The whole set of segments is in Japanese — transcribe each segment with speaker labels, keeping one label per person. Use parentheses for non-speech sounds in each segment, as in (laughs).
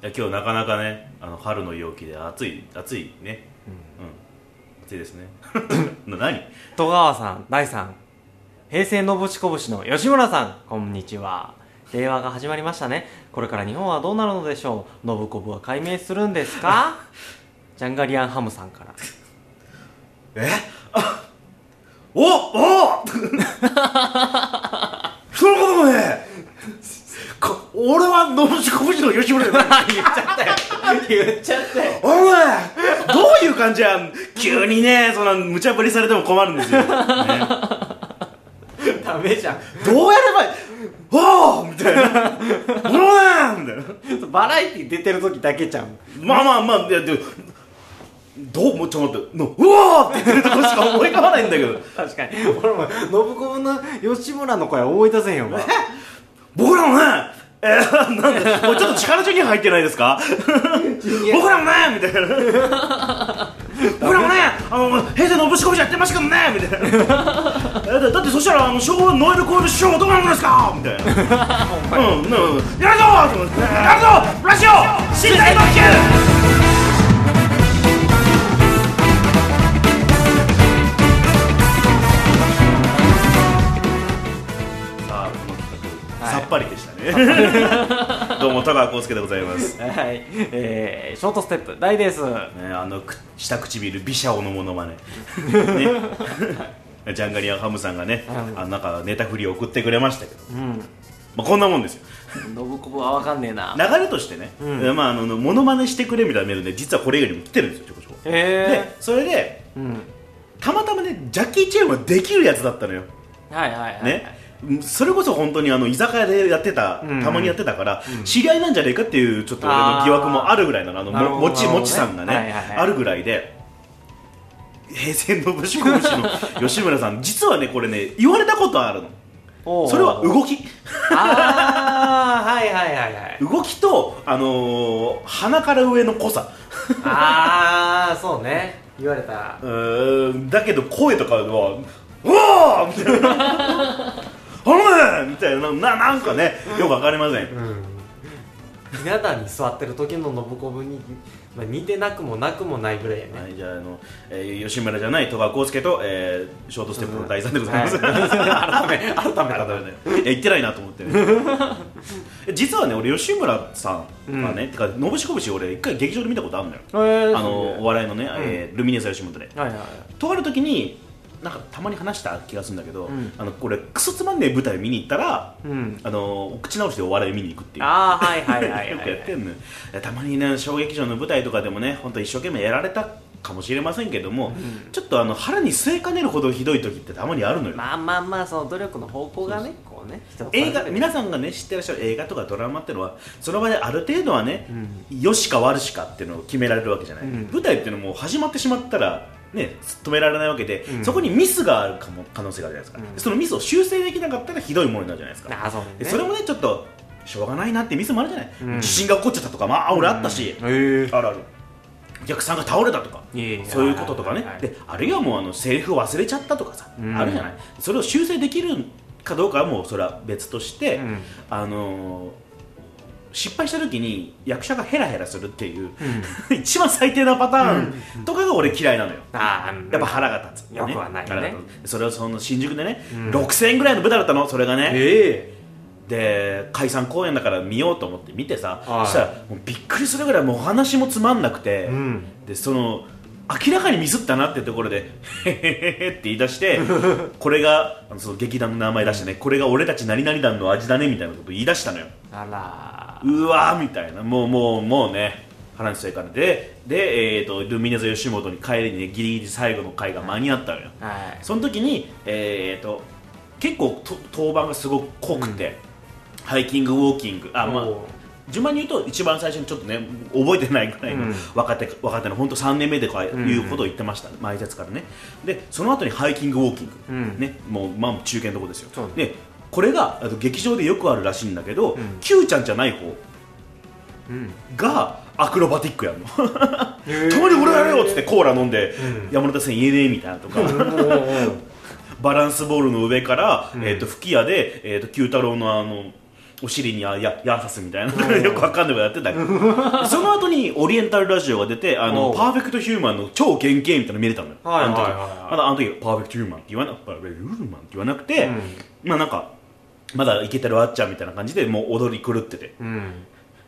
Speaker 1: や今日なかなかねあの春の陽気で暑い暑いねうん、暑いです (laughs) ねな何
Speaker 2: 戸川さん大さん平成のぶちこぶしの吉村さんこんにちは令和が始まりましたねこれから日本はどうなるのでしょうノブコブは解明するんです (laughs) かジャンガリアンハムさんから
Speaker 1: えおおそのこともねこ俺はのぶちこぶしの吉村じゃない
Speaker 2: 言っちゃったよ
Speaker 1: お前どういう感じや急にねそんな無茶ぶりされても困るんですよ、 (laughs) ね、
Speaker 2: ダメじゃん
Speaker 1: どうやればおおみたいなおおみたいな
Speaker 2: バラエティ出てる時だけじゃん
Speaker 1: まあまあまあいやでもどうもうちょっと待ってのうわーって言ってるとこしか思い浮かばないんだけど
Speaker 2: 確かに俺も信子の吉村の声思い出せへんよお前
Speaker 1: 僕らもねえー、なんだもうちょっと力ジュニア入ってないですか僕らもねみたいな僕らもねあの平成のぶしこぶしやってましたけどねみたいなえだだってそしたらあの昭和ノエル・コール師匠はどこなんですかみたいなうんうんうんやるぞやるぞラジオ新大特急さあこの企画、
Speaker 2: はい
Speaker 1: さっぱりでした
Speaker 2: (laughs)
Speaker 1: ねどうも田川康介でございます
Speaker 2: (laughs) はいえー、ショートステップ大です
Speaker 1: ね、あのく下唇美写オのモノマネねジャンガリアンハムさんがね、
Speaker 2: うん
Speaker 1: あのなんかネタ振りを送ってくれましたけど、
Speaker 2: うん
Speaker 1: まあ、こんなもんですよ
Speaker 2: 信子は分かんねえな
Speaker 1: 流れとしてね、
Speaker 2: うん
Speaker 1: まあ、あのモノマネしてくれみたいなメールで実はこれ以外にも来てるんですよちょこちょこ、で
Speaker 2: え
Speaker 1: それで
Speaker 2: ー、うん
Speaker 1: たまたまねジャッキー・チェーンはできるやつだったのよ、
Speaker 2: はいはいはい、
Speaker 1: ねそれこそ本当にあの居酒屋でやってた、
Speaker 2: うん
Speaker 1: たまにやってたから、知り合いなんじゃねえかっていうちょっと俺の疑惑もあるぐらいなのあの
Speaker 2: なるほど
Speaker 1: ももち
Speaker 2: なるほどね
Speaker 1: もちさんがね、
Speaker 2: はいはいはい
Speaker 1: あるぐらいで平成のぶしこぶしの
Speaker 2: (laughs)
Speaker 1: 吉村さん実はねこれね言われたことあるの
Speaker 2: おう
Speaker 1: それは動き
Speaker 2: ああはいはいはいはい
Speaker 1: 動きと、あのー鼻から上の濃さ
Speaker 2: ああそうね言われた
Speaker 1: うーんだけど声とかは「おお!」みたいな
Speaker 2: (laughs)
Speaker 1: 「おめ!」みたいなななんかねよくわかりません
Speaker 2: うんひな壇に座ってる時の信子に、まあ、似てなくもなくもないぐらいやね、
Speaker 1: はい、じゃああの、えー吉村じゃない戸川浩介と、えーショートステップの第3でございます、
Speaker 2: はい改め
Speaker 1: (laughs) 改
Speaker 2: 改め
Speaker 1: めてい
Speaker 2: た
Speaker 1: や言ってないなと思って、ね、 (laughs) 実はね俺吉村さんはね、てかのぶしこぶし俺一回劇場で見たことあるのよ
Speaker 2: えー
Speaker 1: あのお笑いのね、えールミネス吉本で
Speaker 2: はいはいはい
Speaker 1: とある時になんかたまに話した気がするんだけど、
Speaker 2: うん
Speaker 1: あのこれクソつまんねえ舞台見に行ったら、
Speaker 2: うん
Speaker 1: あの口直しでお笑い見に行くっていう
Speaker 2: ああはいはいはいはい、
Speaker 1: よくやってんのよたまにね小劇場の舞台とかでもね本当一生懸命やられたかもしれませんけども、ちょっとあの腹に据えかねるほどひどい時ってたまにあるのよ、
Speaker 2: まあまあまあその努力の方向がねこうね
Speaker 1: 映画
Speaker 2: な
Speaker 1: 皆さんがね知ってらっしゃる映画とかドラマってのはその場である程度はね、よしか悪しかっていうのを決められるわけじゃない、
Speaker 2: うん
Speaker 1: 舞台っていうのも始まってしまったらね止められないわけで、
Speaker 2: うん
Speaker 1: そこにミスがあるかも可能性があるじゃないですか、
Speaker 2: うん
Speaker 1: そのミスを修正できなかったらひどいものになるじゃないですか
Speaker 2: あそう
Speaker 1: で
Speaker 2: ね
Speaker 1: それもねちょっとしょうがないなってミスもあるじゃない、
Speaker 2: うん
Speaker 1: 地震が起こっちゃったとかまあ俺あったし、
Speaker 2: うんへえ
Speaker 1: あるあるお客さんが倒れたとか
Speaker 2: いえいえ
Speaker 1: そういうこととかね、
Speaker 2: はいはいはい
Speaker 1: であるいはもうあのセリフ忘れちゃったとかさ、
Speaker 2: うん
Speaker 1: あるじゃないそれを修正できるかどうかはもうそれは別として、
Speaker 2: うん
Speaker 1: あのー失敗した時に役者がヘラヘラするっていう、 (laughs) 一番最低なパターンとかが俺嫌いなのよ、
Speaker 2: あー
Speaker 1: やっぱ腹が立つ、
Speaker 2: よくはないね
Speaker 1: 腹が立つそれをその新宿でね、
Speaker 2: うん
Speaker 1: 6000円ぐらいの舞台だったのそれがね、
Speaker 2: え
Speaker 1: で解散公演だから見ようと思って見てさ、
Speaker 2: はい
Speaker 1: そしたらもうびっくりするぐらいもうお話もつまんなくて、
Speaker 2: うん
Speaker 1: でその明らかにミスったなってところで「へへへへ」って言い出して
Speaker 2: (laughs)
Speaker 1: これがあのその劇団の名前出してねこれが俺たち何々団の味だねみたいなこと言い出したのよ
Speaker 2: あ
Speaker 1: うわーみたいなもうもうもうね話しちゃいかねでで、えー、とルミネ座吉本に帰りに、ね、ギリギリ最後の回が間に合ったのよ、
Speaker 2: らはい
Speaker 1: その時に、えー、と結構と登板がすごく濃くて、ハイキングウォーキングあ、ま
Speaker 2: お
Speaker 1: あ、順番に言うと一番最初にちょっとね覚えてないぐらいの
Speaker 2: うん
Speaker 1: 若手,、若手の本当3年目でこういうことを言ってました、前説からねでその後にハイキングウォーキング、
Speaker 2: うん
Speaker 1: ね、もう、まあ、中堅のとこですよ
Speaker 2: そうね
Speaker 1: でこれがあの劇場でよくあるらしいんだけど、
Speaker 2: ん
Speaker 1: Q ちゃんじゃない方
Speaker 2: うん
Speaker 1: がアクロバティックやるの
Speaker 2: へ
Speaker 1: (laughs)
Speaker 2: ー
Speaker 1: たまに俺がやるよっつってコーラ飲んで、
Speaker 2: うん
Speaker 1: 山手線言えねえみたいなとか
Speaker 2: おうおうおう
Speaker 1: バランスボールの上から、えー、と吹き矢で、えー、と九太郎のあのお尻にやややさすみたいな (laughs) よくわかんないことやってたけど
Speaker 2: (laughs)
Speaker 1: その後にオリエンタルラジオが出てあ
Speaker 2: お
Speaker 1: の
Speaker 2: う
Speaker 1: パーフェクトヒューマンの超原型みたいなの見れたのよ、
Speaker 2: はいはいはいはい
Speaker 1: あの時まだあの時パーフェクトヒューマンって言わなパーフェクトヒューマンって言わなくて、まあなんかまだイケてるあっちゃんみたいな感じでもう踊り狂ってて
Speaker 2: うん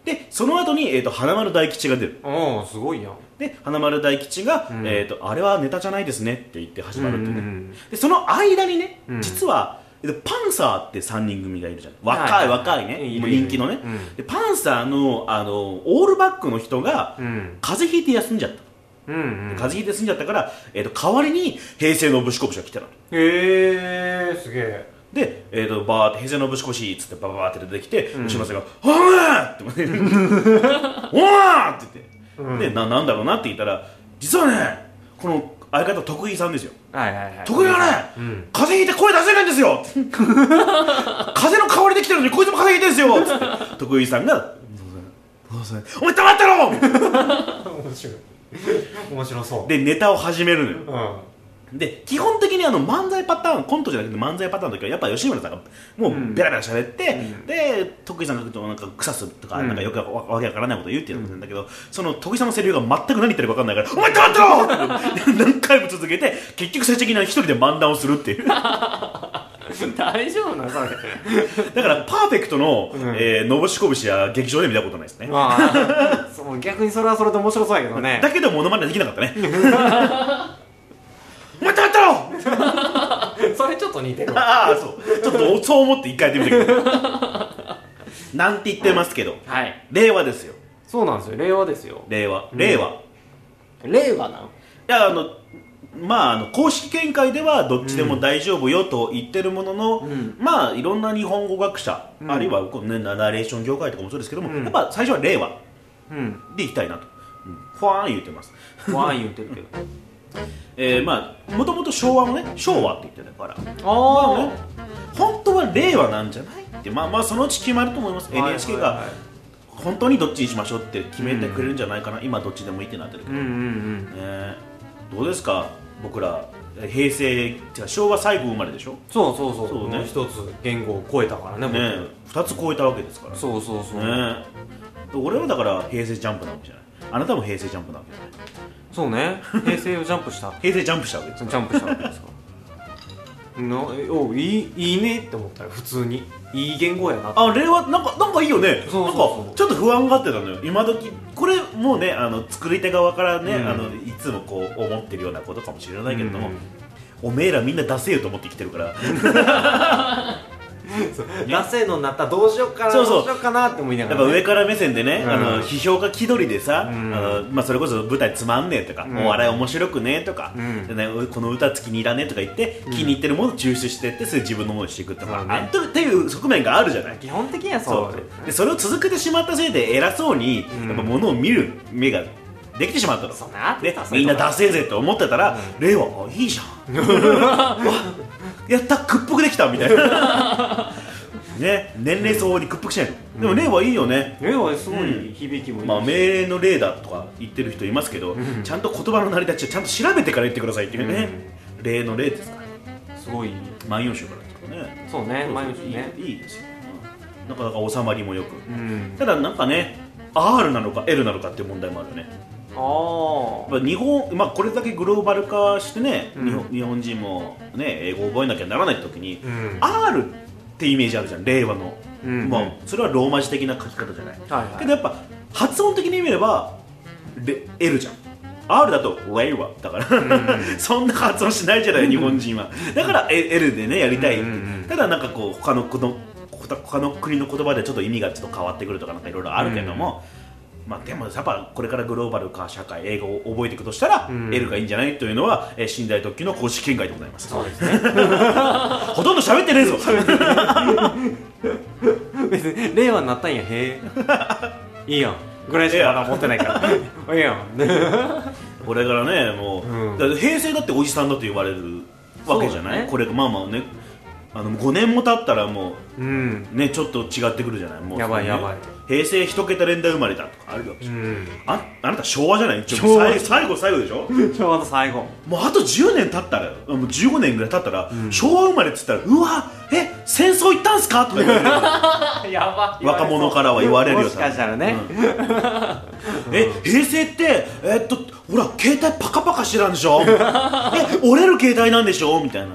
Speaker 1: でその後に、えー、と花丸大吉が出る
Speaker 2: おーすごいやん
Speaker 1: で花丸大吉が、
Speaker 2: うん
Speaker 1: えーと「あれはネタじゃないですね」って言って始まるっていうね、
Speaker 2: うんうんうん
Speaker 1: でその間にね、
Speaker 2: うん
Speaker 1: 実はえっとパンサーって3人組がいるじゃない
Speaker 2: は
Speaker 1: 若
Speaker 2: い
Speaker 1: い
Speaker 2: はい
Speaker 1: 若い
Speaker 2: いるい
Speaker 1: ね
Speaker 2: る
Speaker 1: もう人気のね、
Speaker 2: うん
Speaker 1: でパンサーのあのオールバックの人が、
Speaker 2: うん
Speaker 1: 風邪ひいて休んじゃった
Speaker 2: うんうん
Speaker 1: 風邪ひいて休んじゃったから、えー、と代わりに平成のぶしこぶしが来たの
Speaker 2: へえすげえ
Speaker 1: で、えー、とバーって「平成のぶしこし」っつってバババーって出てきて、
Speaker 2: ん
Speaker 1: 吉村さんが「はーって言って「おー!」って言って、
Speaker 2: うん
Speaker 1: でななんだろうなって言ったら実はねこの相方徳井さんですよ
Speaker 2: はいはいはい
Speaker 1: 徳井がね、
Speaker 2: うん
Speaker 1: 風邪ひいて声出せないんです
Speaker 2: (laughs)
Speaker 1: よ風の香りできてるのにこいつも風邪ひいてるんですよつって徳井さんが「どうせどうせお前黙ってろ!みたいな」
Speaker 2: 面白い面白そう
Speaker 1: でネタを始めるのよ
Speaker 2: うん
Speaker 1: で基本的にあの漫才パターンコントじゃなくて漫才パターンの時はやっぱ吉村さんがも
Speaker 2: ん
Speaker 1: うベラベラ喋って、
Speaker 2: うん
Speaker 1: で徳井さんがなんか腐すとか,、
Speaker 2: うん
Speaker 1: なんかよくわわけわからないこと言うっていうのなんだけど、その徳井さんのセリフが全く何言ってるかわかんないから「お前黙ってろ!」って何回も続けて結局最終的には一人で漫談をするっていうだか
Speaker 2: 大丈夫なそれ
Speaker 1: らパーフェクトの、
Speaker 2: ん
Speaker 1: えーのぼしこぶしは劇場で見たことないですね、
Speaker 2: (laughs) まあそう逆にそれはそれで面白そうやけどね
Speaker 1: だけどモノマネできなかったねお前黙ってろ
Speaker 2: それちょっと似てるわ
Speaker 1: ああそうちょっとそう思って一回やってみたけどなんて言ってますけど
Speaker 2: はい
Speaker 1: 令和ですよ
Speaker 2: そうなんですよ令和ですよ
Speaker 1: 令和
Speaker 2: ん
Speaker 1: 令和、い
Speaker 2: 令和なの
Speaker 1: やあのまああの公式見解ではどっちでも大丈夫よと言ってるものの、
Speaker 2: ん
Speaker 1: まあいろんな日本語学者、
Speaker 2: ん
Speaker 1: あるいはこう、ね、ナナレーション業界とかもそうですけども、
Speaker 2: うん
Speaker 1: やっぱ最初は令和
Speaker 2: うん
Speaker 1: でいきたいなと、うん、ふわーん言ってます
Speaker 2: ワイン言ってるけど
Speaker 1: えー、まあもともと昭和もね昭和って言ってたから
Speaker 2: あ
Speaker 1: ね本当は令和なんじゃないってまあまあそのうち決まると思います
Speaker 2: あ
Speaker 1: NHK が、本当にどっちにしましょうって決めてくれるんじゃないかな、今どっちでもいいってなってるけ
Speaker 2: う
Speaker 1: ど、
Speaker 2: んう
Speaker 1: ね
Speaker 2: ん
Speaker 1: えどうですか僕ら平成違う昭和最後生まれでしょ
Speaker 2: そうそうそう
Speaker 1: そうね
Speaker 2: もう一つ言語を超えたからね僕
Speaker 1: ね2つ超えたわけですから
Speaker 2: そうそうそう、
Speaker 1: ねえ俺はだから平成ジャンプなわけじゃないあなたも平成ジャンプなわけじゃない
Speaker 2: そうね平成をジャンプした
Speaker 1: 平成ジャンプしたわけです
Speaker 2: ジャンプしたわけ (laughs) ですからなえおいいいいねって思ったら普通にいい言語やなって
Speaker 1: あ令和なんかなんかいいよね
Speaker 2: そうそうそ
Speaker 1: な
Speaker 2: う
Speaker 1: んかちょっと不安がってたのよ今時これもうねあの作り手側からね、
Speaker 2: うん
Speaker 1: あのいつもこう思ってるようなことかもしれないけれども、
Speaker 2: うん
Speaker 1: おめえらみんな出せよと思って生きてるから
Speaker 2: (laughs) 出せのになったらどうしようかな
Speaker 1: そうそう
Speaker 2: どうしようかなって思いなが
Speaker 1: やっ
Speaker 2: ら
Speaker 1: ぱ
Speaker 2: ね、
Speaker 1: 上から目線でね、
Speaker 2: うん
Speaker 1: あの批評家気取りでさ、
Speaker 2: うん
Speaker 1: あのまあ、それこそ舞台つまんねえとか、
Speaker 2: ん
Speaker 1: お笑い面白くねえとか、
Speaker 2: うん
Speaker 1: でね、この歌好きに入らねえとか言って、気に入ってるものを抽出してってそれ自分のものにしていくって、
Speaker 2: そうね
Speaker 1: あとっていう側面があるじゃない。
Speaker 2: 基本的にはそ
Speaker 1: そうう
Speaker 2: ですね
Speaker 1: でそれを続けてしまったせいで偉そうに、
Speaker 2: うん
Speaker 1: やっぱ物を見る目ができてしまったの
Speaker 2: そうねあって
Speaker 1: で
Speaker 2: たそうい
Speaker 1: み
Speaker 2: うんと
Speaker 1: な
Speaker 2: こ
Speaker 1: 出せえぜって思ってたら、令和あいいじゃん
Speaker 2: (laughs)
Speaker 1: わやった屈服できたみたいな
Speaker 2: (laughs)
Speaker 1: ね年齢相応に屈服しないと、でも令和いいよね
Speaker 2: 令和すごい響きもいいし、
Speaker 1: まあ、命令の例だとか言ってる人いますけど、ちゃんと言葉の成り立ちをちゃんと調べてから言ってくださいっていうね、例の例ですから
Speaker 2: すごい
Speaker 1: 万葉集からですからね
Speaker 2: そうね毎日ね
Speaker 1: いいいいですよ、うんなかなか収まりもよく、
Speaker 2: うん
Speaker 1: ただなんかね R なのか L なのかっていう問題もあるよね
Speaker 2: ああ
Speaker 1: まあ日本、まあ、これだけグローバル化してね、
Speaker 2: うん
Speaker 1: 日本日本人も、ね、英語を覚えなきゃならない時に、
Speaker 2: うん
Speaker 1: R ってイメージあるじゃん令和の、
Speaker 2: うん
Speaker 1: まあ、それはローマ字的な書き方じゃない、
Speaker 2: はいはい
Speaker 1: けどやっぱ発音的に見ればレ L じゃん R だと令和だから、 (laughs) そんな発音しないじゃない日本人はだからえ L でねやりたいって、
Speaker 2: うんうんうん
Speaker 1: ただなんかこう他のこの他の国の言葉でちょっと意味がちょっと変わってくるとかなんかいろいろあるけども、まあ、でもやっぱこれからグローバル化社会英語を覚えていくとしたら、
Speaker 2: うん
Speaker 1: L がいいんじゃないというのは、えー、寝台特急の公式見解でございます
Speaker 2: そうですね (laughs)
Speaker 1: ほとんど喋ってねえぞ
Speaker 2: 別に令和になったんやへ (laughs) えいいやん
Speaker 1: (laughs)
Speaker 2: ぐらいしかまだ持ってない (laughs) からいいやん
Speaker 1: これからねもう、
Speaker 2: うん
Speaker 1: だって平成だっておじさんだと言われるわけじゃ
Speaker 2: そう
Speaker 1: な
Speaker 2: だ
Speaker 1: い、
Speaker 2: ね
Speaker 1: これまあまあねあの5年も経ったらも
Speaker 2: うん
Speaker 1: うねちょっと違ってくるじゃないもう
Speaker 2: やばい
Speaker 1: そのね
Speaker 2: やばい
Speaker 1: 平成一桁連打生まれたとかあるよ、
Speaker 2: うん
Speaker 1: ああなた昭和じゃない一応
Speaker 2: 昭和
Speaker 1: 最最後最後でしょ
Speaker 2: (laughs) ちょうど最後
Speaker 1: もうあと10年経ったらもう15年ぐらい経ったら、昭和生まれっつったらうわえ戦争行ったんすかとか言われる
Speaker 2: やばい
Speaker 1: 若者からは言われるよ
Speaker 2: もしかしたらね、
Speaker 1: え平成ってえっとほら携帯パカパカしてたんでしょえ折れる携帯なんでしょみたいな、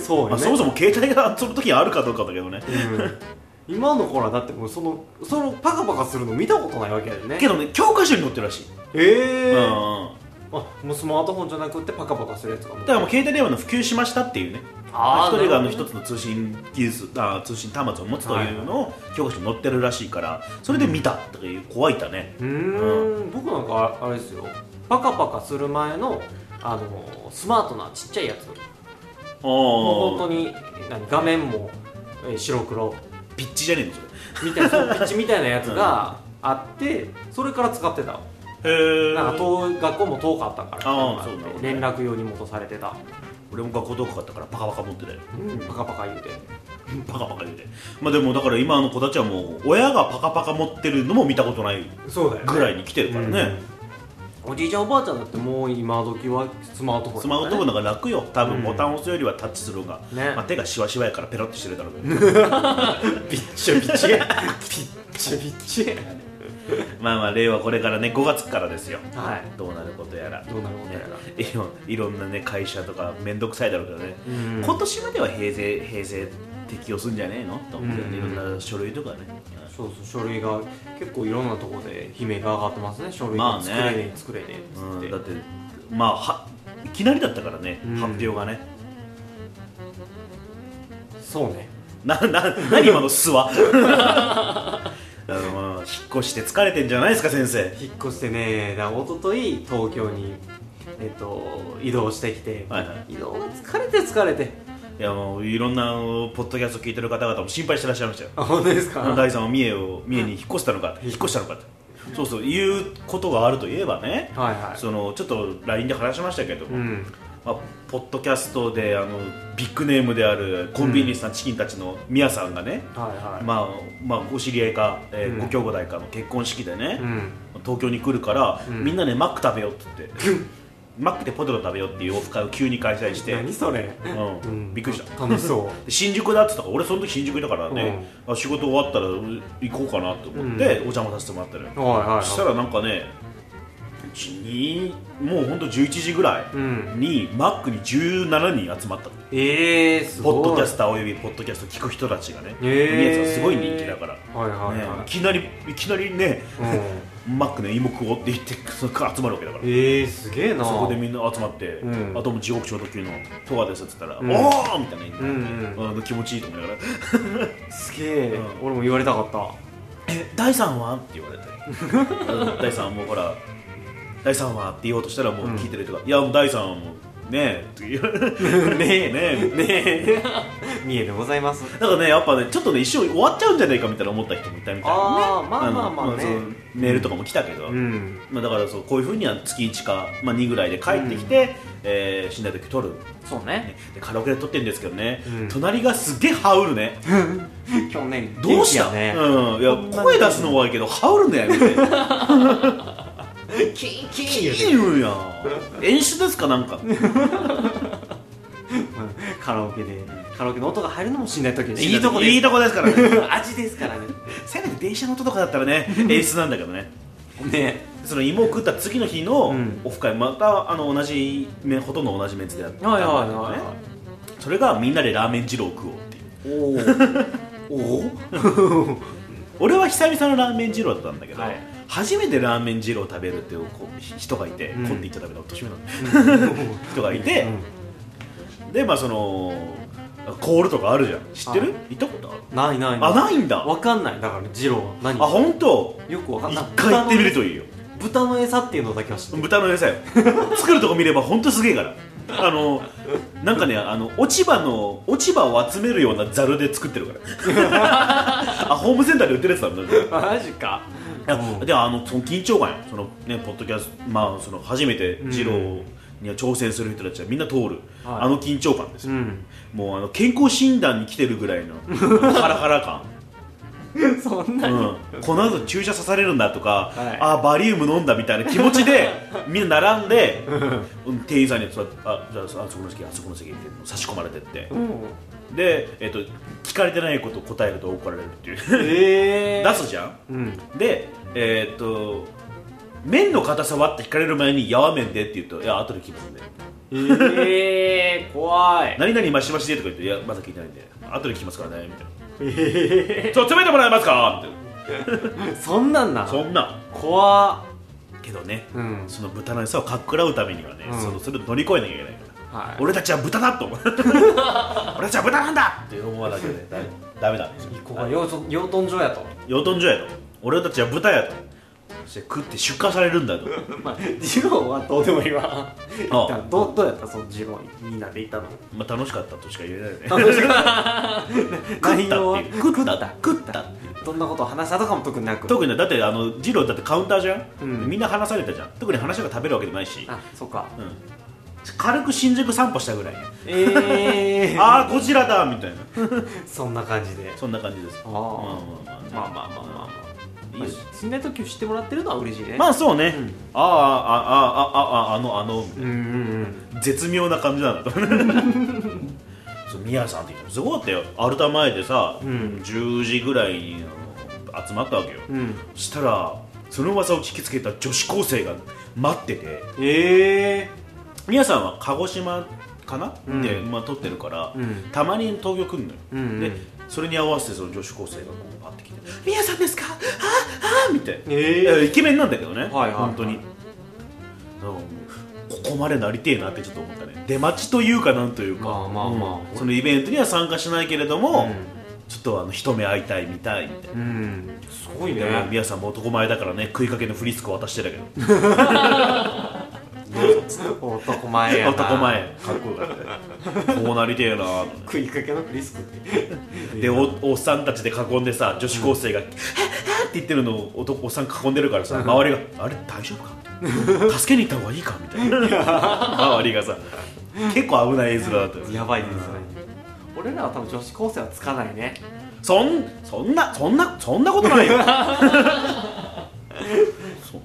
Speaker 2: そうよね、
Speaker 1: まあ、そもそも携帯がその時あるかどうかだけどね
Speaker 2: うん今の頃はだってもうそのそのパカパカするの見たことないわけだよね
Speaker 1: けどね教科書に載ってるらしい、
Speaker 2: ええ
Speaker 1: うん
Speaker 2: ー
Speaker 1: うん
Speaker 2: あもうスマートフォンじゃなくてパカパカするやつがもう
Speaker 1: だからもう携帯電話の普及しましたっていうね
Speaker 2: あー
Speaker 1: 一人があ
Speaker 2: な
Speaker 1: の
Speaker 2: るほ
Speaker 1: 一
Speaker 2: ど
Speaker 1: つの通信技術あー通信端末を持つというのを教科書に載ってるらしいからそれで見たという子はいたね
Speaker 2: うーん僕なんかああれですよパカパカする前のあのスマートなちっちゃいやつも
Speaker 1: ああ
Speaker 2: う本当に何画面もえー白黒
Speaker 1: ピッチじゃねえんですよ
Speaker 2: みたいなそのピッチみたいなやつがあってそれから使ってた
Speaker 1: へえ
Speaker 2: なんか遠い学校も遠かったから
Speaker 1: あーそうなるほどね
Speaker 2: 連絡用に戻されてた、
Speaker 1: 俺も学校遠かったからパカパカ持ってたよ
Speaker 2: うん、パカパカ言うて
Speaker 1: パカパカ言うてまあでもだから今の子たちはもう親がパカパカ持ってるのも見たことない
Speaker 2: そうだよ
Speaker 1: ぐらいに来てるからね、
Speaker 2: おじいちゃんおばあちゃんだってもう今時はスマートフォン
Speaker 1: スマートフォン
Speaker 2: だ
Speaker 1: の方が楽よ多
Speaker 2: うん
Speaker 1: 分ボタン押すよりはタッチする方が、
Speaker 2: ね
Speaker 1: まあ、手がしわしわやからペロッとしてるだろうけど
Speaker 2: (laughs) ピッチャピッチピッチャピッチ
Speaker 1: まあまあ令和これからね5月からですよ
Speaker 2: はい
Speaker 1: どうなることやら
Speaker 2: どうなることやら
Speaker 1: ねいろんいろんなね会社とか面倒くさいだろうけどね、
Speaker 2: うん
Speaker 1: 今年までは平成平成適用するんじゃねえのと思うけどね
Speaker 2: うん
Speaker 1: いろんな書類とかね、
Speaker 2: そうそう書類が結構いろんなところで悲鳴が上がってますね書類
Speaker 1: ま
Speaker 2: が
Speaker 1: あね
Speaker 2: 作れねえ作れねえっ
Speaker 1: う
Speaker 2: つ
Speaker 1: ん
Speaker 2: って、
Speaker 1: だってまあはいきなりだったからね、
Speaker 2: うん
Speaker 1: 発表がね
Speaker 2: そうね
Speaker 1: なな何今の素
Speaker 2: (laughs)
Speaker 1: はあのまあ引っ越して疲れてんじゃないですか先生
Speaker 2: 引っ越してねだから一昨日東京にえっと移動してきて、
Speaker 1: はいは
Speaker 2: 移動が疲れて疲れて
Speaker 1: いやもういろんなあのポッドキャスト聞いてる方々も心配してらっしゃいましたよ
Speaker 2: あ本当ですか
Speaker 1: 大さんは三重を三重に引っ越したのかって引っ越したのかってそうそういうことがあるといえばね
Speaker 2: はいはい
Speaker 1: そのちょっと LINE で話しましたけど、
Speaker 2: うん
Speaker 1: まあ、ポッドキャストであのビッグネームであるコンビニエンスなチキンたちのミヤさんがね、
Speaker 2: はいはい、
Speaker 1: まあまあ、ご知り合いか、えー
Speaker 2: うん
Speaker 1: ご兄弟かの結婚式でね、
Speaker 2: うん
Speaker 1: 東京に来るから、
Speaker 2: ん
Speaker 1: みんなでマック食べようって言って
Speaker 2: (laughs)
Speaker 1: マックでポテト食べようっていうオフ会を急に開催して、
Speaker 2: 何それ、
Speaker 1: うんびっくりした
Speaker 2: た楽しそう
Speaker 1: で新宿だって言ったから俺その時新宿だからね、あ仕事終わったらうん行こうかなと思って、
Speaker 2: うん
Speaker 1: お邪魔させてもらったのよ (laughs)
Speaker 2: はいはいはい
Speaker 1: そしたらなんかねうちにもうほんと11時ぐら
Speaker 2: うん
Speaker 1: いに、マックに17人集まったの
Speaker 2: ええー、すご
Speaker 1: ポ
Speaker 2: い
Speaker 1: ッドキャスターおよびポッドキャスト聞く人たちがね、
Speaker 2: えー
Speaker 1: 宮さんすごい人気だから、
Speaker 2: はいはい
Speaker 1: ね
Speaker 2: はい
Speaker 1: い、きなりいきなりね、マックね芋食おうって言ってその集まるわけだから
Speaker 2: うん、ええー、すげえな
Speaker 1: そこでみんな集まって、
Speaker 2: ん
Speaker 1: あともう地獄超特急の「とわです」っつったら「
Speaker 2: ん
Speaker 1: おー!」みたいな言って、
Speaker 2: うんう
Speaker 1: あの気持ちいいと思いながら
Speaker 2: すげえ、
Speaker 1: う
Speaker 2: 俺も言われたかった
Speaker 1: え第3話って言われてあの第3話もうほら第3話って言おうとしたらもう聞いてる人が「いやもう第3話もうねえ」って
Speaker 2: (laughs)
Speaker 1: 言うねえねえ
Speaker 2: ねえ (laughs) 三重でございます
Speaker 1: だからねやっぱねちょっとね一生終わっちゃうんじゃないかみたいな思った人もいたみたいなね
Speaker 2: あーまあまあまあね
Speaker 1: のそのメールとかも来たけど、
Speaker 2: うん
Speaker 1: まあ、だからそうこういうふうには月1か、まあ、2ぐらいで帰ってきて、えー、死んだ時撮る、
Speaker 2: そうね
Speaker 1: ねでカラオケで撮ってるんですけどね、
Speaker 2: うん
Speaker 1: 隣がすげえハウるね
Speaker 2: 去年
Speaker 1: どうした、
Speaker 2: (laughs) 元気やね、
Speaker 1: うん、いや声出すのはいいけどハウるの
Speaker 2: (laughs)
Speaker 1: やめて
Speaker 2: キーキ
Speaker 1: い
Speaker 2: ー
Speaker 1: いんや演出ですかなんか
Speaker 2: カラオケでカラオケの音が入るのもしん (laughs) ない時
Speaker 1: いいとこいいとこですからね
Speaker 2: こ味ですからね
Speaker 1: せめて電車の音とかだったらね演出なんだけどね
Speaker 2: ね
Speaker 1: その芋を食った次の日の
Speaker 2: うん
Speaker 1: オフ会、またあの同じ面ほとんど同じメンツでやったんだ
Speaker 2: はい
Speaker 1: け
Speaker 2: は
Speaker 1: ど
Speaker 2: い
Speaker 1: ね
Speaker 2: は
Speaker 1: それがみんなでラーメン二郎を食おうっていう
Speaker 2: いおーお (laughs) お
Speaker 1: 俺は久々のラーメン二郎だったんだけど、
Speaker 2: はい
Speaker 1: 初めてラーメン二郎を食べるっていうこうひ人がいて、
Speaker 2: うん
Speaker 1: こんでいっちゃダメだ年上なんだ (laughs)
Speaker 2: (laughs)
Speaker 1: 人がいて、でまあそのコールとかあるじゃん知ってる、行ったことある
Speaker 2: ないない
Speaker 1: あないんだ
Speaker 2: わかんないだからジロー何
Speaker 1: あ本当
Speaker 2: よくわかん
Speaker 1: 一
Speaker 2: ない
Speaker 1: 回行ってみるといいよ
Speaker 2: 豚の餌っていうのだけは知ってる
Speaker 1: 豚の餌よ作るとこ見れば本当すげえからあのなんかねあの落ち葉の落ち葉を集めるようなザルで作ってるから
Speaker 2: (laughs)
Speaker 1: あホームセンターで売ってるやつなんだね
Speaker 2: マジか
Speaker 1: いやであのその緊張感よそのねポッドキャストまあその初めて二郎に挑戦する人たちはみんな通る、
Speaker 2: はい
Speaker 1: あの緊張感です
Speaker 2: う
Speaker 1: よ、
Speaker 2: ん
Speaker 1: もうあの健康診断に来てるぐらい
Speaker 2: (laughs)
Speaker 1: のあのハラハラ感
Speaker 2: そんなに、
Speaker 1: うん、この後注射刺されるんだとか、
Speaker 2: はい
Speaker 1: ああバリウム飲んだみたいな気持ちでみんな並んでうん店員さんに座ってあじゃああそこの席あそこの席って差し込まれてって
Speaker 2: うん、
Speaker 1: で、えっと聞かれてないことを答えると怒られるっていう
Speaker 2: ええ
Speaker 1: 出すじゃん
Speaker 2: うん
Speaker 1: でえーっと麺の硬さはって聞かれる前に「やわ麺で」って言うと「いや後で聞いたんで
Speaker 2: ええ怖い
Speaker 1: 何々マシマシで」とか言って「いやまだ聞いてないんで後で聞きますからね」みたいな「
Speaker 2: え
Speaker 1: ちょっと詰めてもらえますか?」みたいな
Speaker 2: え (laughs) そんなんな
Speaker 1: そんな
Speaker 2: 怖っ
Speaker 1: けどね、
Speaker 2: うん
Speaker 1: その豚の餌をかっくらうためにはね、
Speaker 2: うん
Speaker 1: そのそれを乗り越えなきゃいけないから、
Speaker 2: はい
Speaker 1: 俺たちは豚だと
Speaker 2: (laughs)
Speaker 1: 思う俺たちは豚なんだって思わなきゃねだダメだね
Speaker 2: ここが養豚養豚場やと
Speaker 1: 養豚場やと俺たちは豚やとそして食って出荷されるんだと
Speaker 2: まあ二郎はどうでもいいわ
Speaker 1: あ
Speaker 2: だからどうどうやったその二郎みんなで行ったの
Speaker 1: まあ楽しかったとしか言えないよね
Speaker 2: 楽しかった
Speaker 1: 食ったっていう
Speaker 2: 食った
Speaker 1: 食ったっていう
Speaker 2: どんなことを話したとかも特になく
Speaker 1: (laughs) 特にだってあの二郎だってカウンターじゃん、
Speaker 2: うん
Speaker 1: みんな話されたじゃん特に話が食べるわけでもないし、
Speaker 2: あそっか
Speaker 1: うん、軽く新宿散歩したぐ
Speaker 2: (laughs)
Speaker 1: らい
Speaker 2: ええ
Speaker 1: ああこちらだみたいな
Speaker 2: そんな感じで
Speaker 1: そんな感じです
Speaker 2: あー
Speaker 1: まあまあまあ
Speaker 2: まあまあまあまあまあ
Speaker 1: いいよ
Speaker 2: 信頼特急知ってもらってるのは嬉しいね
Speaker 1: まあそうね、
Speaker 2: うん
Speaker 1: ああああああああのあの
Speaker 2: うんうん
Speaker 1: 絶妙な感じ
Speaker 2: (laughs)
Speaker 1: なんだと思うそう宮さんってすごかったよアルタ前でさ、
Speaker 2: うん
Speaker 1: 10時ぐらいにあの集まったわけよ、
Speaker 2: うんうん
Speaker 1: そしたらその噂を聞きつけた女子高生が待ってて
Speaker 2: ええ
Speaker 1: 宮さんは鹿児島かな、
Speaker 2: うん
Speaker 1: で、まあ、撮ってるから、
Speaker 2: うん
Speaker 1: たまに東京来んのよ、
Speaker 2: うんうん
Speaker 1: でそれに合わせてその女子高生がこうパッて来て「宮さんですかあああみたいな、
Speaker 2: ええ
Speaker 1: いやイケメンなんだけどね、
Speaker 2: はいはい
Speaker 1: 本当に、うんここまでなりてえなってちょっと思ったね出待ちというかなんというか、
Speaker 2: まあまあまあ
Speaker 1: うんそのイベントには参加しないけれども、
Speaker 2: うん
Speaker 1: ちょっとあの一目会いたいみたいみたいな
Speaker 2: うんすごいね
Speaker 1: でも宮さんも男前だからね食いかけのフリスク渡してたけど
Speaker 2: 男前やな
Speaker 1: 男前かっこよかったよこうなりてえなーって
Speaker 2: 食いかけのフリスクって
Speaker 1: でおおっさんたちで囲んでさ女子高生が「はっはっ」って言ってるのを男おっさん囲んでるからさ周りが「あれ大丈夫か?」みたいな助けに行った方がいいか?」みたい
Speaker 2: (laughs)
Speaker 1: な周りがさ結構危ない絵面だったよ
Speaker 2: やばいですね俺らは多分女子高生はつかないね
Speaker 1: そんそんなそんなそんなことない
Speaker 2: (laughs)
Speaker 1: よ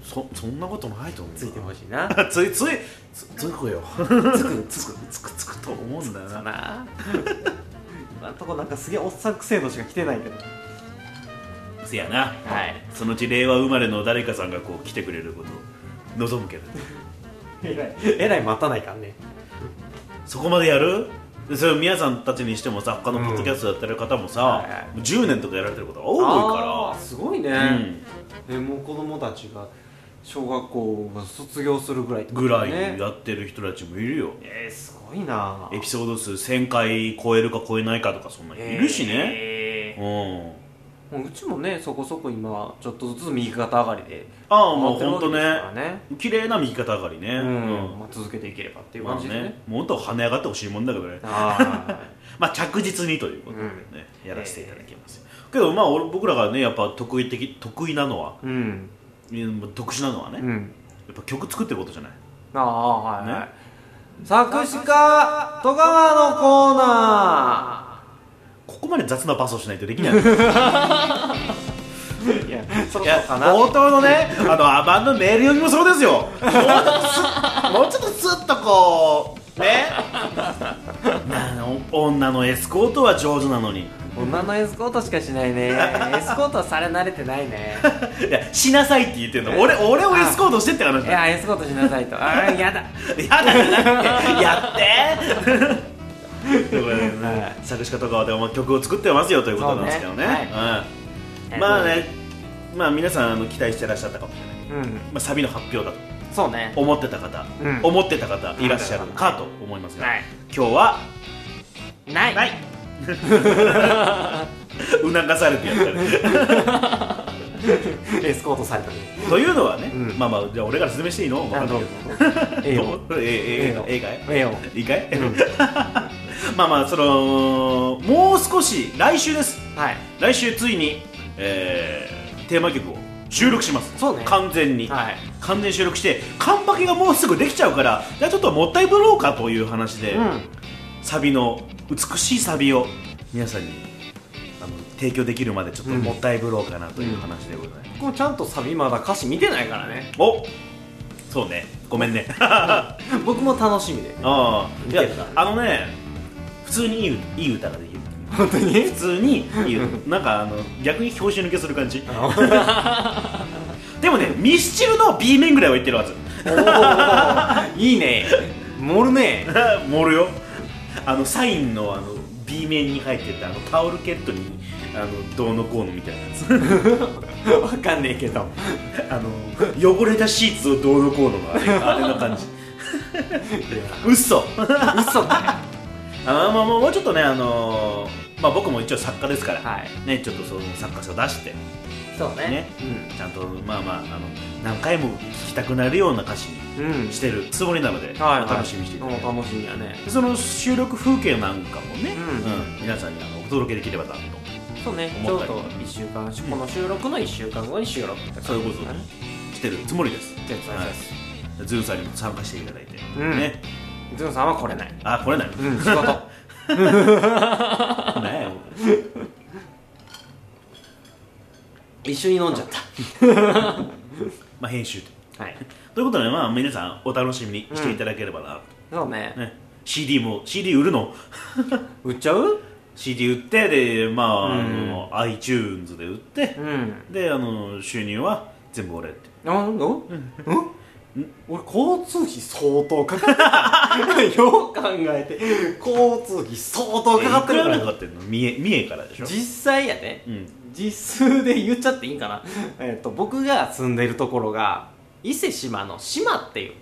Speaker 1: そそそんなことないと思う
Speaker 2: ついてほしいな
Speaker 1: (laughs) ついついつつくよ
Speaker 2: (laughs) つくつく
Speaker 1: つくつくと思うんだよ
Speaker 2: か
Speaker 1: な
Speaker 2: な今んとこなんかすげえおっさんくせえのしか来てないけど
Speaker 1: せやな
Speaker 2: (laughs) はい
Speaker 1: そのうち令和生まれの誰かさんがこう来てくれることを望むけど
Speaker 2: えらいえらい待たないかんね
Speaker 1: そこまでやるでそれを皆さんたちにしてもさ他のポッドキャストやってる方も
Speaker 2: うんは
Speaker 1: さ
Speaker 2: いはい、
Speaker 1: もう10年とかやられてることが
Speaker 2: あー
Speaker 1: 多
Speaker 2: すごいね、
Speaker 1: いから、うん、
Speaker 2: えもう子供たちが小学校を卒業するぐらいってこと
Speaker 1: ぐら
Speaker 2: だね
Speaker 1: いやってる人たちもいるよ、
Speaker 2: えー、すごいな
Speaker 1: エピソード数1000回超えるか超えないかとかそんなにいるしね、
Speaker 2: え
Speaker 1: うん
Speaker 2: ーもううちもねそこそこ今ちょっとずつ右肩上がりで
Speaker 1: ああも
Speaker 2: 回
Speaker 1: う
Speaker 2: ってる
Speaker 1: ほんと
Speaker 2: わけですから
Speaker 1: ね
Speaker 2: ね
Speaker 1: 綺麗な右肩上がりね、う
Speaker 2: う、
Speaker 1: んん
Speaker 2: まあ、続けていければっていう
Speaker 1: まあ
Speaker 2: 感じで
Speaker 1: ね
Speaker 2: ね、
Speaker 1: もっと跳ね上がってほしいもんだけどね
Speaker 2: あ
Speaker 1: まあ着実にということでね、
Speaker 2: うん
Speaker 1: やらせていただきますよ、けどまあ俺僕らがねやっぱ得意的得意なのは
Speaker 2: あうん
Speaker 1: うん特殊なのはね、
Speaker 2: う
Speaker 1: や
Speaker 2: ん
Speaker 1: っぱ曲作ってることじゃない
Speaker 2: ああはい、はい
Speaker 1: ね
Speaker 2: 作詞家戸川のコーナ
Speaker 1: ここまで雑なパスをしないとできないい
Speaker 2: ーいやそろそろ
Speaker 1: や
Speaker 2: かな
Speaker 1: 冒頭のねあのアバンのメール読みもそうですよもうちょっとスッもうちょっとスッとこうねあの女のエスコートは上手なのに
Speaker 2: 女のエスコートしかしないねエスコートはされ慣れてないね
Speaker 1: いやしなさいって言ってんの俺俺をエスコートしてって話
Speaker 2: い
Speaker 1: だ
Speaker 2: やエスコートしなさいとああや
Speaker 1: や
Speaker 2: だ
Speaker 1: だじゃなくてやってということでね
Speaker 2: は
Speaker 1: 作詞家とかは曲を作ってますよということなんですけどね
Speaker 2: そうね
Speaker 1: うんまあねまあ皆さんあの期待してらっしゃったかもしれない、
Speaker 2: うん
Speaker 1: まあ、サビの発表だと
Speaker 2: そうね
Speaker 1: 思ってた方、
Speaker 2: うん
Speaker 1: 思ってた方いらっしゃるかと思いますが、
Speaker 2: はい
Speaker 1: 今日は
Speaker 2: ない
Speaker 1: ない (laughs) 促されてやったね
Speaker 2: (laughs) エスコートされたね
Speaker 1: というのはね、
Speaker 2: うん
Speaker 1: まあまあじゃあ俺から説明していいの分かんないけど
Speaker 2: ええ
Speaker 1: ど
Speaker 2: よ
Speaker 1: うええええ
Speaker 2: よ
Speaker 1: ええかい
Speaker 2: ええよ
Speaker 1: いいかい、
Speaker 2: うん
Speaker 1: (laughs) まあまあそのもう少し来週です
Speaker 2: はい
Speaker 1: 来週ついに、えーテーマ曲を収録します
Speaker 2: そうね
Speaker 1: 完全に、
Speaker 2: はい
Speaker 1: 完全に収録してカンパケがもうすぐできちゃうからじゃあちょっともったいぶろうかという話で、
Speaker 2: うん
Speaker 1: サビの美しいサビを皆さんにあの提供できるまでちょっと
Speaker 2: うん
Speaker 1: もったいぶろうかなという話でございます、
Speaker 2: 僕もちゃんとサビまだ歌詞見てないからね
Speaker 1: おそうねごめん
Speaker 2: (laughs)
Speaker 1: ねあ
Speaker 2: 僕も楽しみで
Speaker 1: あいや
Speaker 2: 見てた
Speaker 1: あのね普通にいいいい歌ができる
Speaker 2: 本当に
Speaker 1: 普通にいい歌なんかあの逆に拍子抜けする感じでもねミスチルの B 面ぐらいは言ってるはず (laughs)
Speaker 2: おお (laughs) いいね盛るね
Speaker 1: 盛るよあのサインのあの B 面に入ってたあのタオルケットにあのどうのこうのみたいなやつ
Speaker 2: わかんねえけど
Speaker 1: あの汚れたシーツをどうのこうののあれあ
Speaker 2: (laughs)
Speaker 1: れの感じ嘘
Speaker 2: 嘘
Speaker 1: あ
Speaker 2: だ
Speaker 1: まあもうもうちょっとねあのーまあ僕も一応作家ですから、
Speaker 2: はい
Speaker 1: ねちょっとその作家性を出して
Speaker 2: そうね
Speaker 1: ねちゃんとまあまああの何回も聴きたくなるような歌詞
Speaker 2: うんうん
Speaker 1: にしてるつもりなので、
Speaker 2: はい
Speaker 1: お楽しみにしていただいて
Speaker 2: お楽しみやね
Speaker 1: その収録風景なんかもね、
Speaker 2: うん
Speaker 1: うん皆さんにあのお届けできればなと
Speaker 2: そうねち
Speaker 1: 思
Speaker 2: ょ
Speaker 1: った
Speaker 2: う
Speaker 1: り
Speaker 2: ど1週間この収録の1週間後に収録って
Speaker 1: そういうこと
Speaker 2: だね
Speaker 1: してるつもりです
Speaker 2: 手伝います
Speaker 1: はいズンさんにも参加していただいて、
Speaker 2: うん
Speaker 1: ね
Speaker 2: ズンさんは来れない
Speaker 1: あこれなの、 (laughs)
Speaker 2: うん仕事
Speaker 1: ね
Speaker 2: 一緒に飲んじゃった
Speaker 1: まあ編集と
Speaker 2: はい
Speaker 1: ということで、まあ、皆さんお楽しみにしていただければな
Speaker 2: そうね
Speaker 1: と、ね CD も CD 売るの
Speaker 2: 売っちゃう
Speaker 1: CD 売ってでまあ,、
Speaker 2: うん
Speaker 1: あの iTunes で売って
Speaker 2: うん
Speaker 1: であの収入は全部俺って
Speaker 2: あんのうん俺交通費相当かか (laughs) ってるよく考えて交通費相当かかってる
Speaker 1: えいくら
Speaker 2: か
Speaker 1: ぐらいからかってんの三重三重からでしょ
Speaker 2: 実際やね
Speaker 1: うん
Speaker 2: 実数で言っちゃっていいんかなえっと僕が住んでるところが伊勢志摩の島っていう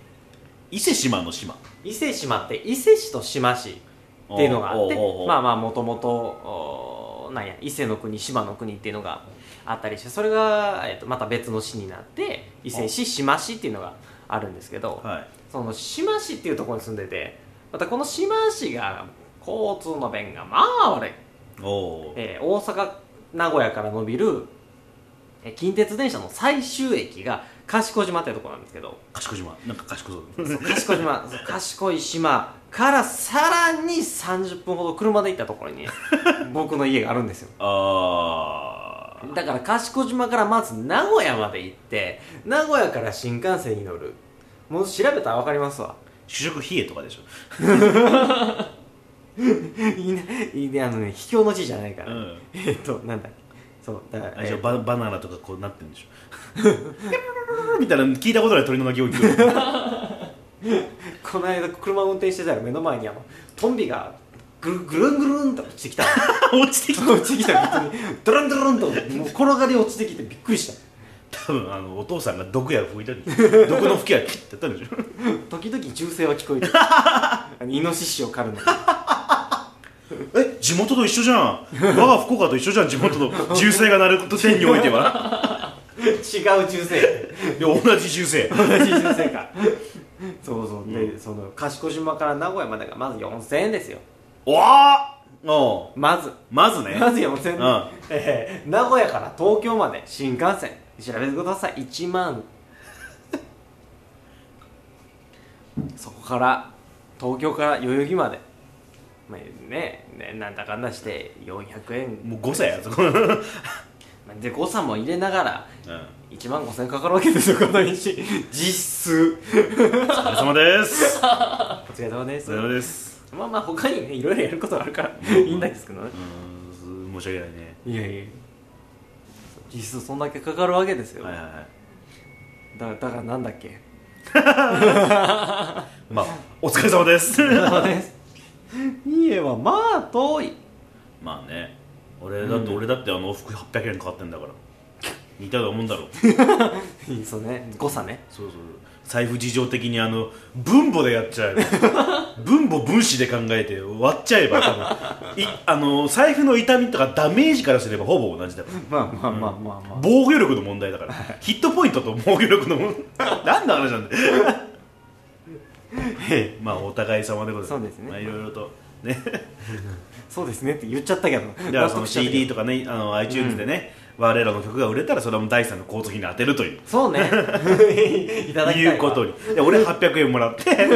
Speaker 1: 伊勢志摩の島
Speaker 2: 伊勢志摩って伊勢市と志摩市っていうのがあって
Speaker 1: おうおうおう
Speaker 2: まあまあもともとなんや伊勢の国志摩の国っていうのがあったりしてそれが、えっとまた別の市になって伊勢市志摩市っていうのがあるんですけど、
Speaker 1: はい
Speaker 2: その志摩市っていうところに住んでてまたこの志摩市が交通の便がまあ悪い、
Speaker 1: おお
Speaker 2: えー大阪名古屋から伸びるえー近鉄電車の最終駅が賢島っていうところなんですけど
Speaker 1: 賢島なんか賢そう
Speaker 2: そう賢島そう賢い島からさらに30分ほど車で行ったとこ
Speaker 1: (laughs)
Speaker 2: ろに僕の家があるんですよ
Speaker 1: ああ
Speaker 2: だから賢島からまず名古屋まで行って名古屋から新幹線に乗るもう調べたら分かりますわ (laughs)
Speaker 1: 主食冷えとかでしょ
Speaker 2: いいね、いいね、あのね、卑怯の字じゃないから。
Speaker 1: うん
Speaker 2: えーっと、なんだっけ。そう、だから、
Speaker 1: あじ
Speaker 2: え
Speaker 1: ゃあ
Speaker 2: ー
Speaker 1: ババナナとかこうなってるんでしょ (laughs) みたいな聞いたことない鳥の鳴き声聞く
Speaker 2: (laughs)
Speaker 1: よ
Speaker 2: この間、車運転してたら、目の前にあの、トンビが。ぐるぐるんぐるんと落ちて
Speaker 1: (laughs)
Speaker 2: きた。
Speaker 1: 落ちてきた
Speaker 2: 落ちてきた、普通に。ドランドランと、もう転がり落ちてきて、びっくりした。
Speaker 1: 多分あのお父さんが毒矢吹いたり毒の吹き矢切ってやったんでしょ
Speaker 2: 時々銃声は聞こえて (laughs) る。あのイノシシを狩るの。
Speaker 1: (laughs) え地元と一緒じゃん我が福岡と一緒じゃん地元と銃声が鳴る点においては
Speaker 2: 違う銃声。
Speaker 1: いや同じ銃声
Speaker 2: 同じ銃声か。 (laughs) そうそう、で、その、賢島から名古屋までが、まず4000円ですよ。
Speaker 1: おーおう
Speaker 2: まず。
Speaker 1: まずね
Speaker 2: まず4000円、
Speaker 1: うん
Speaker 2: えー名古屋から東京まで新幹線調べてください1万 (laughs) そこから東京から代々木まで、まあねねなんだかんだして400円、
Speaker 1: もう5歳やそこ、 (laughs) うん、
Speaker 2: まあで誤差も入れながら1万5000円かかるわけですよ片道実数
Speaker 1: お疲れ様です
Speaker 2: お疲れ様で
Speaker 1: お
Speaker 2: す
Speaker 1: 疲れ様です
Speaker 2: まあまあ他にねいろいろやることはあるからいいんですけどね
Speaker 1: うーん申し訳ないね
Speaker 2: いやいや実数そんだけかかるわけですよ、
Speaker 1: はいはいはい
Speaker 2: だだからなんだっけ
Speaker 1: まあお疲れ様です (laughs)
Speaker 2: 家はまあ遠い
Speaker 1: まあね俺だって、俺だってあの往復800円かかってんだから似たようなもんだろ
Speaker 2: そうね誤差ね
Speaker 1: そうそう財布事情的にあの分母でやっちゃえば (laughs) 分母分子で考えて割っちゃえば多分いあの財布の痛みとかダメージからすればほぼ同じだから
Speaker 2: まあまあまあまあまあ、
Speaker 1: 防御力の問題だからヒットポイントと防御力の問題何の話なんだよ (laughs) ええまあお互い様でございます
Speaker 2: そうですね
Speaker 1: まあ、いろいろとね
Speaker 2: そうですねって言っちゃったけど
Speaker 1: じゃあ
Speaker 2: 納
Speaker 1: その
Speaker 2: 得しちゃったけ
Speaker 1: CD とかねあの iTunes でね、我らの曲が売れたらそれも第三の交通費に当てるという
Speaker 2: そうね (laughs) いただきたいわ
Speaker 1: いうことにで俺800円もらって
Speaker 2: (laughs)
Speaker 1: 大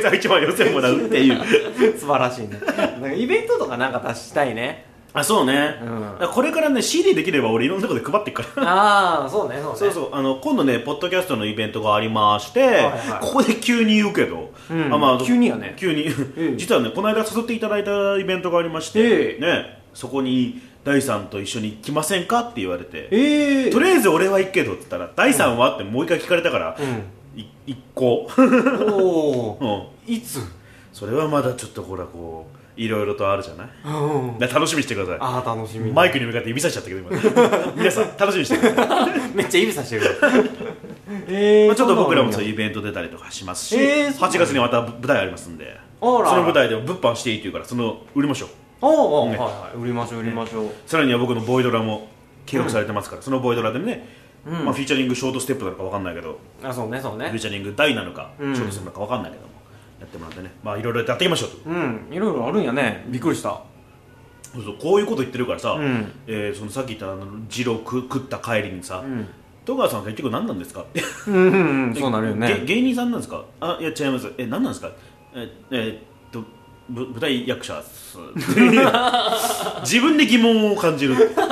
Speaker 1: さん1万4000円もらうっていう
Speaker 2: 素晴らしいねなんかイベントとかなんか出したいね
Speaker 1: あそうね、
Speaker 2: うん
Speaker 1: だからこれからね CD できれば俺いろんなとこで配っていくから
Speaker 2: ああそうね (laughs) そうね
Speaker 1: そうそうあの今度ねポッドキャストのイベントがありまして、
Speaker 2: いはい
Speaker 1: ここで急に言うけど、
Speaker 2: うん
Speaker 1: あまあ
Speaker 2: 急にやね
Speaker 1: 急に、
Speaker 2: ん
Speaker 1: (laughs) 実はねこの間誘っていただいたイベントがありまして、ねそこに大さんと一緒に来ませんかって言われて
Speaker 2: ええ
Speaker 1: とりあえず俺は行くけどって言ったら大さんはってもう一回聞かれたから、い行こう、 (laughs)
Speaker 2: うん、お
Speaker 1: う
Speaker 2: お
Speaker 1: ん、
Speaker 2: いつ
Speaker 1: それはまだちょっとほらこういろいろとあるじゃない
Speaker 2: うん
Speaker 1: だから楽しみにしてくださ
Speaker 2: ああ楽しみ
Speaker 1: いマイ
Speaker 2: ク
Speaker 1: クに向かって指さしちゃったけど
Speaker 2: (laughs)
Speaker 1: 今皆さん楽しみにしてください、
Speaker 2: めっちゃ指
Speaker 1: (laughs)
Speaker 2: さしてるええ
Speaker 1: まあ、ちょっと僕らもそういう
Speaker 2: う
Speaker 1: イベント出たりとかしますし、
Speaker 2: えーそうなん
Speaker 1: 8
Speaker 2: だ
Speaker 1: 月にまた舞台ありますんで
Speaker 2: あらあら
Speaker 1: その舞台でも物販していいって言うからその売りましょう
Speaker 2: おうおう、
Speaker 1: ね
Speaker 2: はいはい売りましょう売りましょう、
Speaker 1: さらには僕のボイドラも計画されてますから、そのボイドラでね、
Speaker 2: うん
Speaker 1: まあ、フィーチャリングショートステップなのかわかんないけど
Speaker 2: あそうねそう
Speaker 1: フィー
Speaker 2: ね
Speaker 1: チャリング大なのか、
Speaker 2: うん
Speaker 1: ショートステップなのかわかんないけどもやってもらってねまあいろいろやっていきましょうと
Speaker 2: うんいろいろあるんやねびっくりした
Speaker 1: そうそうこういうこと言ってるからさ、
Speaker 2: うん
Speaker 1: えーそのさっき言ったあの二郎く食った帰りにさ、
Speaker 2: うん
Speaker 1: 戸川さんは結局何なんですか (laughs) って
Speaker 2: うんうんうんそうなるよ
Speaker 1: げ (laughs)
Speaker 2: ね
Speaker 1: 芸人さんなんですかあいや違いますえ何なんですかええーっとぶ舞台役者っす (laughs) 自分で疑問を感じる
Speaker 2: 分か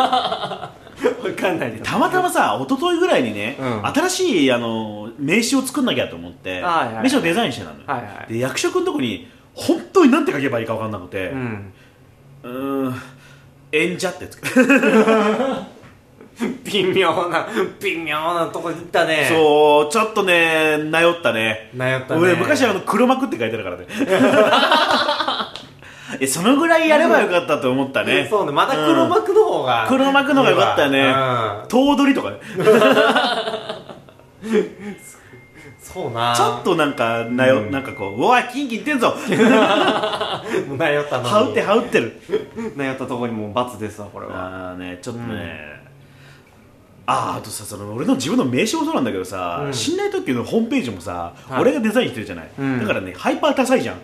Speaker 2: んないけど
Speaker 1: たまたまさ一昨日ぐらいにね、
Speaker 2: うん
Speaker 1: 新しいあの名刺を作んなきゃと思って、
Speaker 2: はいはいはい
Speaker 1: 名刺をデザインしてたのよ、
Speaker 2: はいはい
Speaker 1: で役職のとこに本当に何て書けばいいか分かんなくて、
Speaker 2: うん
Speaker 1: うーん演者ってつく
Speaker 2: 微妙な微妙なとこ行ったねう
Speaker 1: そうちょっとねなよったね
Speaker 2: 悩ったね
Speaker 1: 俺昔はあの黒幕って書いてある
Speaker 2: (laughs)
Speaker 1: からねえそのぐらいやればよかったと思ったね、
Speaker 2: そうねまだ黒幕の方が、
Speaker 1: 黒幕の方がよかったね
Speaker 2: う
Speaker 1: 頭取とかね
Speaker 2: んそうな
Speaker 1: ちょっとなんかなよ、
Speaker 2: うん
Speaker 1: なんかこううわキンキンいってんぞ
Speaker 2: と悩ったのに
Speaker 1: 羽織って羽織ってる
Speaker 2: 悩ったとこにもう罰ですわこれ
Speaker 1: あ
Speaker 2: は
Speaker 1: あねちょっとね、あーあとさその俺の自分の名刺もそうなんだけどさ、
Speaker 2: うん
Speaker 1: 信頼特急のホームページもさ、
Speaker 2: はい
Speaker 1: 俺がデザインしてるじゃない、
Speaker 2: うん
Speaker 1: だからねハイパーダサいじゃん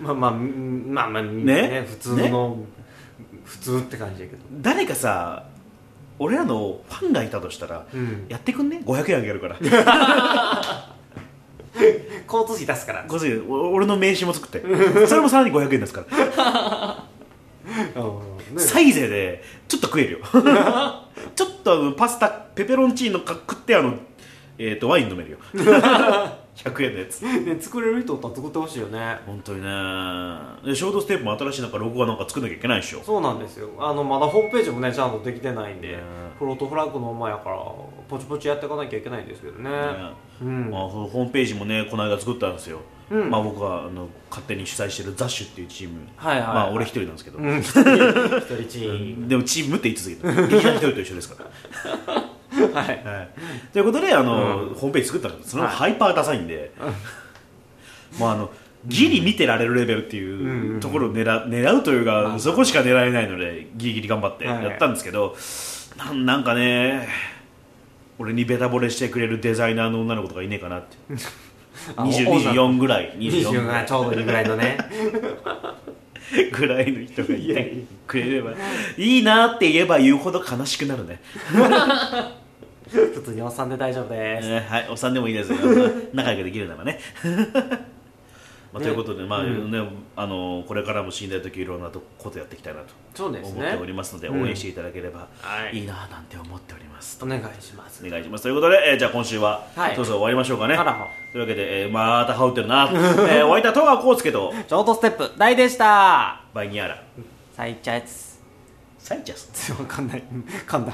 Speaker 2: まあまあうんまあまあね
Speaker 1: ね
Speaker 2: 普通の、普通って感じやけど
Speaker 1: 誰かさ俺らのファンがいたとしたら、
Speaker 2: うん
Speaker 1: やってくんね500円あげるから
Speaker 2: 交通費出すから
Speaker 1: ごめんお俺の名刺も作ってそれもさらに500円ですから
Speaker 2: うんね
Speaker 1: サイゼでちょっと食える
Speaker 2: (laughs)
Speaker 1: よちょっとあのパスタペペロンチーノか食ってあの、えー、とワイン飲める
Speaker 2: (laughs)
Speaker 1: よ100円のやつ
Speaker 2: ね作れる人おったら作ってほしいよね
Speaker 1: 本当にねでショートステップも新しいなんかロゴはなんか作んなきゃいけないでしょ
Speaker 2: そうなんですよあのまだホームページもねちゃんとできてないんで、
Speaker 1: ね
Speaker 2: フロートフラッグの前やからポチポチやっていかなきゃいけないんですけどねうん、
Speaker 1: まあ、そのホームページもねこの間作ったんですよ、
Speaker 2: うん
Speaker 1: まあ、僕はあの勝手に主催してるザッシュっていうチーム、
Speaker 2: はいはい
Speaker 1: まあ、俺一人なんですけど、
Speaker 2: うん、一人一人チー
Speaker 1: でもチームって言い続けてる劇団一人と一緒ですか
Speaker 2: ン (laughs) はい
Speaker 1: ら、はい、ということであの、ホームページ作ったんですけどその
Speaker 2: はい
Speaker 1: ハイパーダサいんで、まああのギリ見てられるレベルって
Speaker 2: うんう
Speaker 1: い
Speaker 2: ん
Speaker 1: うところを狙,、狙うというか、
Speaker 2: あ
Speaker 1: そこしか狙えないのでギリギリ頑張って
Speaker 2: はい
Speaker 1: やったんですけど、なんなんかね俺にベタ惚れしてくれるデザイナーの女の子とかいねえかなって
Speaker 2: あ
Speaker 1: 20
Speaker 2: 王座
Speaker 1: 24ぐらい24ぐら
Speaker 2: 24が
Speaker 1: い
Speaker 2: ちょうどいいぐらいの (laughs) ね
Speaker 1: ぐらいの人がいてくれればいいなって言えば言うほど悲しくなるね
Speaker 2: 普通におっさんで大丈夫です、
Speaker 1: えーはい、お産でもいい
Speaker 2: (laughs)
Speaker 1: ですよ仲良くできるならね (laughs) まあ、
Speaker 2: ね
Speaker 1: ということで、まあ
Speaker 2: うん
Speaker 1: ねあのこれからも信頼ときいろんなとことやっていきたいなと
Speaker 2: そうです
Speaker 1: 思
Speaker 2: ね
Speaker 1: っておりますので
Speaker 2: うん
Speaker 1: 応援していただければ
Speaker 2: はい
Speaker 1: いいななんて思っております、
Speaker 2: お願いします
Speaker 1: お願いしますということで、えーじゃあ今週は、
Speaker 2: はい
Speaker 1: そろそろ終わりましょうかね
Speaker 2: あらほ
Speaker 1: というわけで、えーまた羽織ってるな、 (laughs) えー、お相手は戸川浩介と
Speaker 2: ショートステップ大でした
Speaker 1: バイニアラ
Speaker 2: (laughs) 最イチャイツ
Speaker 1: サイチャス
Speaker 2: わかんない噛んだ